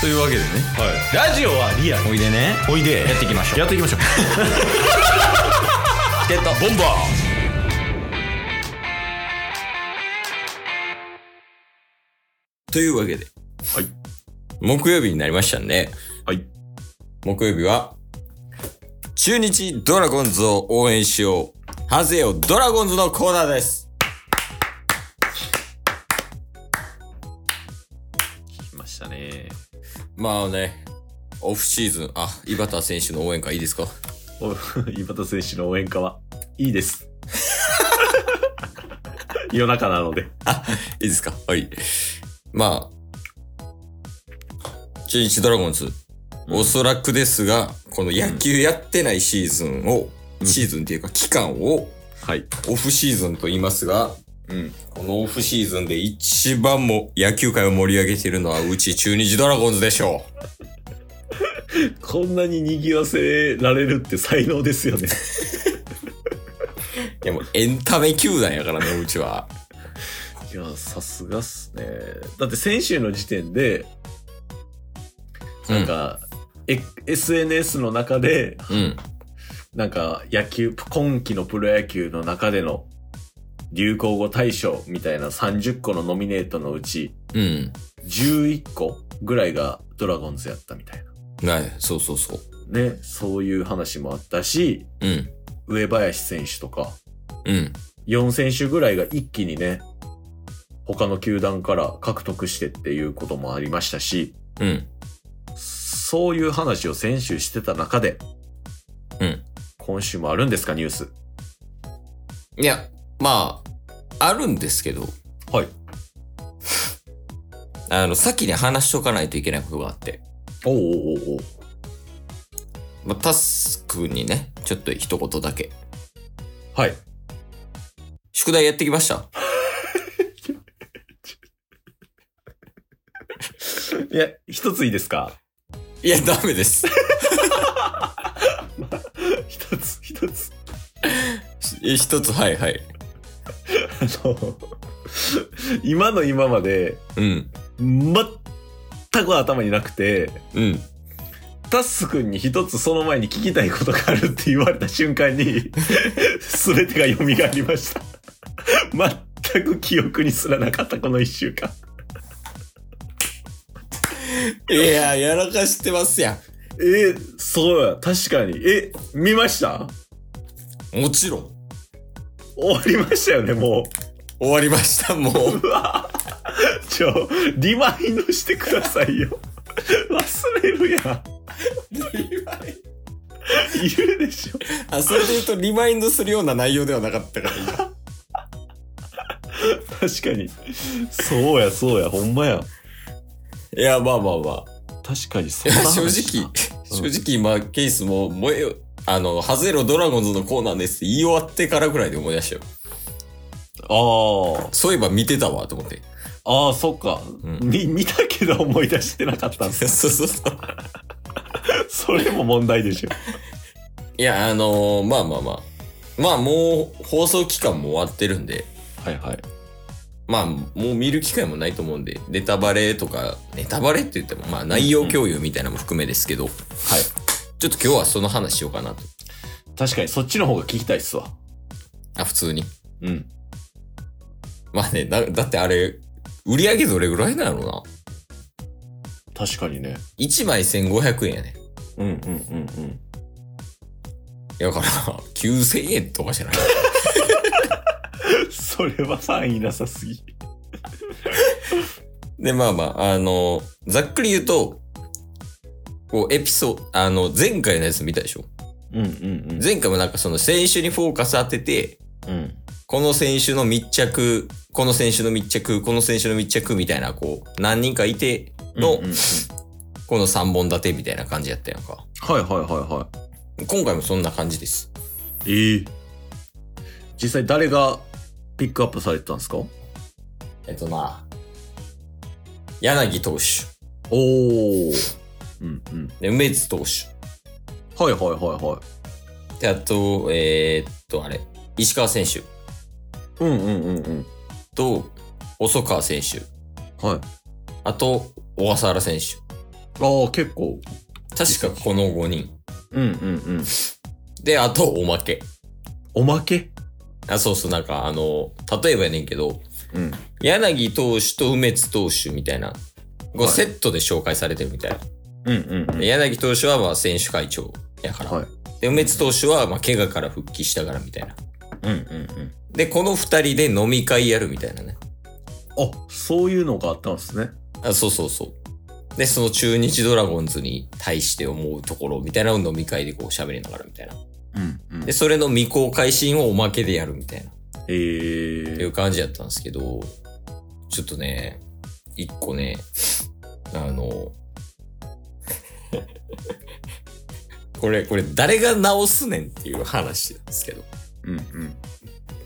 というわけでねラジオはリアルおいでねおいでやっていきましょうやっていき ましょうチケットボンバーというわけではい木曜日になりましたねはい木曜日は中日ドラゴンズを応援しようハゼよドラゴンズのコーナーです来ましたねまあねオフシーズンあ井端選手の応援歌いいですかお 井端選手の応援歌はいいです 夜中なのでいいですかはい。まあ、中日ドラゴンズ、おそらくですが、この野球やってないシーズンを、うんシーズンっていうか期間をはいオフシーズンと言いますが、うんこのオフシーズンで一番も野球界を盛り上げているのはうち中日ドラゴンズでしょう。こんなに賑わせられるって才能ですよねいやもうエンタメ球団やからね、うちは。 いやさすがっすねだって先週の時点でなんか、え SNS の中でうん。なんか野球、今季のプロ野球の中での流行語大賞みたいな30個のノミネートのうちうん。 11個ぐらいがドラゴンズやったみたいな。ない、そうそうそう。ね、そういう話もあったし、うん。上林選手とかうん。 4選手ぐらいが一気にね、他の球団から獲得してっていうこともありましたし、うん。そういう話を先週してた中で、うん今週もあるんですか、ニュース。いや、まあ、あるんですけど。はい。あの、先に話しとかないといけないことがあって。おうおうおうおうまあ、タスクにね、ちょっと一言だけ。はい。宿題やってきました。いや、一ついいですかいや、ダメです。一つ一つい 一つ、はいはい。あの今の今までうん。全く頭になくてうん。タッス君に一つその前に聞きたいことがあるって言われた瞬間に全てが蘇りました全く記憶にすらなかったこの一週間いや、やらかしてますやえそうや確かにえ見ましたん。もちろん。終わりましたよねも終わりました、もう。ううわちょリマインドしてくださいよ忘れるやんいるでしょあ、それで言うと、リマインドするような内容ではなかったから、今確かにそうやそうやほんまやいや、まあまあまあ。確かにそいんやな正話直な、正直今、ケイスも、燃えよ、あの、ハゼロドラゴンズのコーナーですって言い終わってからぐらいで思い出したよ。あそういえば見てたわ、と思 って。あああそっか、うんみ見たけど思い出してなかったんですそうそうそう。それも問題でしょいや、あのーまあまあまあ。まあもう、放送期間も終わってるんで、はいはいまあ、もう見る機会もないと思うんで、ネタバレとか、ネタバレって言っても、まあ内容共有みたいなのも含めですけど、はいちょっと今日はその話しようかなと。確かにそっちの方が聞きたいっすわあ、普通に。うんまあね、だだってあれ、売り上げどれぐらいなのな確かにね ?1 枚1500円やね。うんうんうんうんだから、9000円とかじゃない それは範囲なさすぎで、まあまあ、あの、ざっくり言うと、こう、エピソード、あの、前回のやつ見たでしょうんうん前回もなんかその選手にフォーカス当てて、うんうんこの選手の密着、この選手の密着、この選手の密着みたいな、こう、何人かいての、うんうんうんこの3本立てみたいな感じやったやんか。はいはいはいはい今回もそんな感じです。ええ実際誰がピックアップされてたんですかえっとまあ、柳投手、おお。うんうん。で梅津投手、はいはいはいはで、あと、えーっと、あれ、石川選手。い。うんうんうんうん。と、細川選手、はい。あと、小笠原選手。ああ、結構。確かこの5人。うんうんうん。で、あとおまけ。おまけあ、そうそう、なんかあの、例えばやねんけど、うん。柳投手と梅津投手みたいな、こはういセットで紹介されてるみたいな。うんうんうん。で柳投手はまあ選手会長やから。はい。で、梅津投手はまあ怪我から復帰したからみたいな。うんうんで、この二人で飲み会やるみたいなね。うん。あ、そういうのがあったんですね。あそうそうそう。で、その中日ドラゴンズに対して思うところみたいなのを飲み会でこう喋りながらみたいな。うんうんで、。それの未公開シーンをおまけでやるみたいな。えっていーう。感じやったんですけど、ちょっとね、一個ね、あの、 これ、これ誰が直すねんっていう話なんですけど、うんうん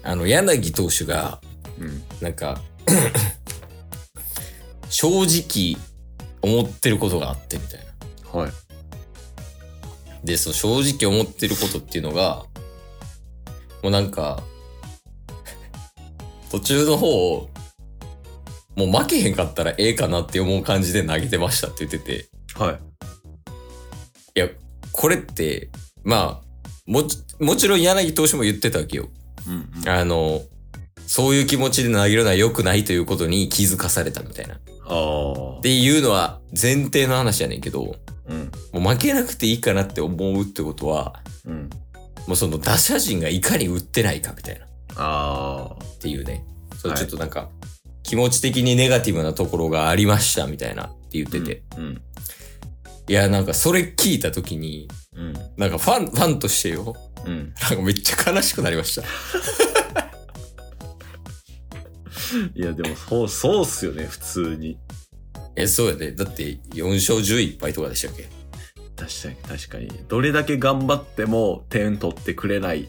あの、柳投手が、うん。なんか、 正直思ってることがあってみたいな。はい。で、その正直思ってることっていうのが、もうなんか、 途中の方、もう負けへんかったらええかなって思う感じで投げてましたって言ってて、はい。いや、これって、まあ、もち、もちろん柳投手も言ってたわけよ。うんうん。ああの、そういう気持ちで投げるのは良くないということに気づかされたみたいな。っあー。ていうのは前提の話やねんけど、もうんう負けなくていいかなって思うってことは、うん。もうその打者陣がいかに打ってないかみたいなっああ。ていうね。そうはいちょっとなんか、気持ち的にネガティブなところがありましたみたいなって言ってて。。うんいや、なんかそれ聞いた時に、うんなんかファン、ファンとしてよ。 うん。なんかめっちゃ悲しくなりました。いや、でもそう、そうっすよね、普通に。え、そうやで、だって4勝11敗とかでしたっけ確かに、確かに。どれだけ頑張っても点取ってくれないっ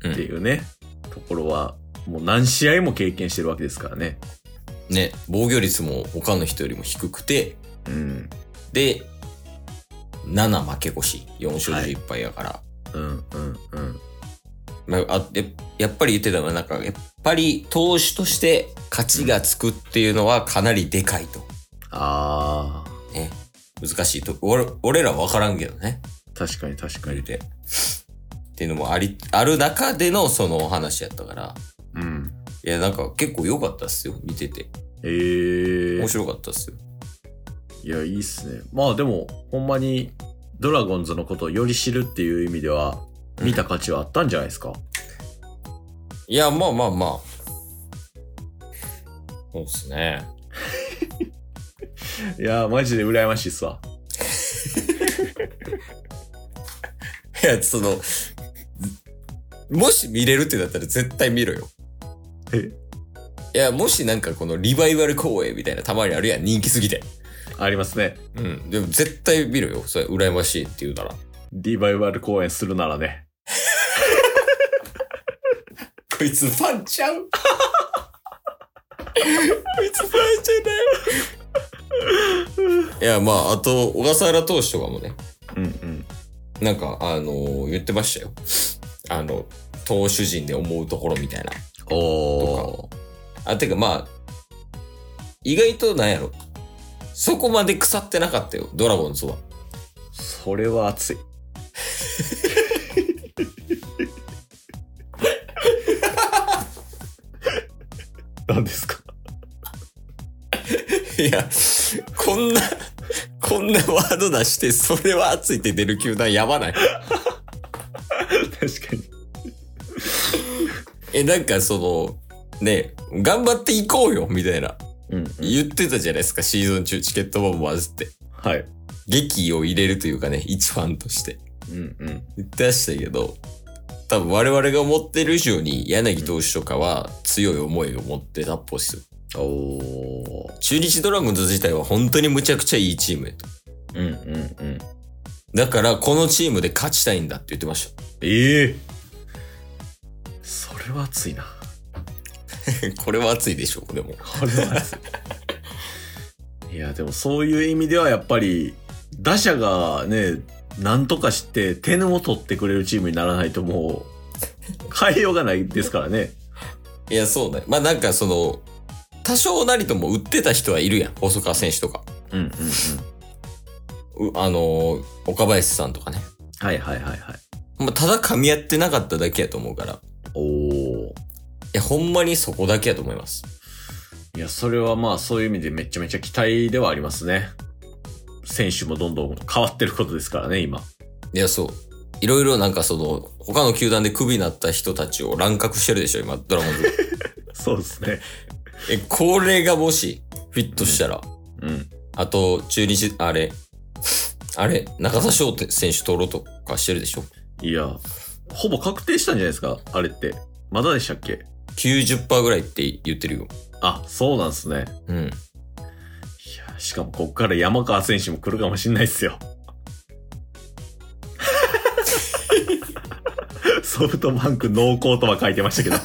ていうね、ところは、もう何試合も経験してるわけですからね。ね、防御率も他の人よりも低くて、うん。で、7負け越し、4勝11敗やから。うん、うん、うん。まあ、あややっぱり言ってたのは、なんか、やっぱり投手として勝ちがつくっていうのはかなりでかいと。ああ。ね。難しいと。俺俺ら分からんけどね。確かに、確か言うに。て。っていうのもあり、ある中でのそのお話やったから。うん。いや、なんか結構良かったっすよ。見てて。ええ面白かったっすよ。いや、いいっすね。まあでも、ほんまに、ドラゴンズのことをより知るっていう意味では、見た価値はあったんじゃないですか。いや、まあまあまあ。そうっすね。いやー、マジで羨ましいっすわ。いや、その、ずもし見れるってなったら絶対見ろよ。えいや、もしなんかこのリバイバル公演みたいなたまにあるやん、人気すぎて。ありますね。うん。でも絶対見ろよ。それ、羨ましいって言うなら。リバイバル公演するならね。こいつファンちゃうこいつファンちゃない。いや、まあ、あと、小笠原投手とかもね、うんうん。なんか、あのー言ってましたよ。あの、投手陣で思うところみたいな。おー。あ、てかまあ、意外となんやろ。そこまで腐ってなかったよ、ドラゴンズは。それは熱い。何ですかいや、こんな、こんなワード出して、それは熱いって出る球団やばない。確かに。え、なんかその、ね、頑張っていこうよ、みたいな。うん、言ってたじゃないですか、シーズン中チケットボンバーズって。はい。劇意を入れるというかね、一ファンとして。うんうん。言ってましたけど、多分我々が思ってる以上に柳投手とかは強い思いを持ってたっぽいですよ。おー。中日ドラゴンズ自体は本当にむちゃくちゃいいチームやと。うんうんうん。だから、このチームで勝ちたいんだって言ってましええそれは熱いな。 た。これは熱いでしょう、でも。これは熱 い。いや、でもそういう意味ではやっぱり、打者がね、なんとかして点を取ってくれるチームにならないとも う、変えようがないですからね。いや、そうね。まあなんかその、多少なりとも打ってた人はいるやん、細川選手とか。うんうんうあのー岡林さんとかね。はいはいはいはい。まあ、ただ噛み合ってなかっただけやと思うから。いおー。や、ほんまにそこだけやと思います。いや、それはまあそういう意味でめちゃめちゃ期待ではありますね。選手もどんどん変わってることですからね、今。いや、そう。いろいろなんかその、他の球団でクビになった人たちを乱獲してるでしょ、今、ドラゴンズ。 そうですね。え、これがもし、フィットしたら、うん。あと、中日、あれ、あれ、中田翔って選手取ろうとかしてるでしょ。いや、ほぼ確定したんじゃないですかあれって。まだでしたっけ90%ぐらいって言ってるよ。あ、そうなんですね。うん。いや、しかもこっから山川選手も来るかもしんないっす よ。ソフトバンク濃厚とは書いてましたけど。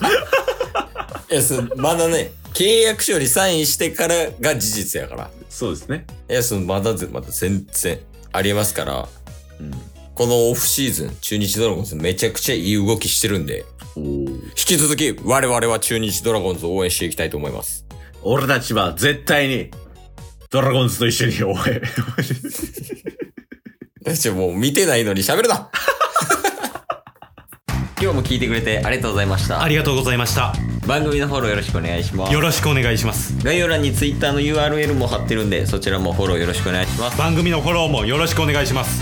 いや、そまだね、契約書にサインしてからが事実やから。そうですね。いや、その、まだぜ、まだ全然ありえますから、うん。このオフシーズン、中日ドラゴンズめちゃくちゃいい動きしてるんで、おー引き続き我々は中日ドラゴンズを応援していきたいと思います。俺たちは絶対に、ドラゴンズと一緒に応援。私もう見てないのに喋るな 今日も聞いてくれてありがとうございました。ありがとうございました。番組のフォローよろしくお願いしますよ。ろしくお願いします。概要欄に Twitter の URL も貼ってるんで、そちらもフォローよろしくお願いします。番組のフォローもよろしくお願いします。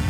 す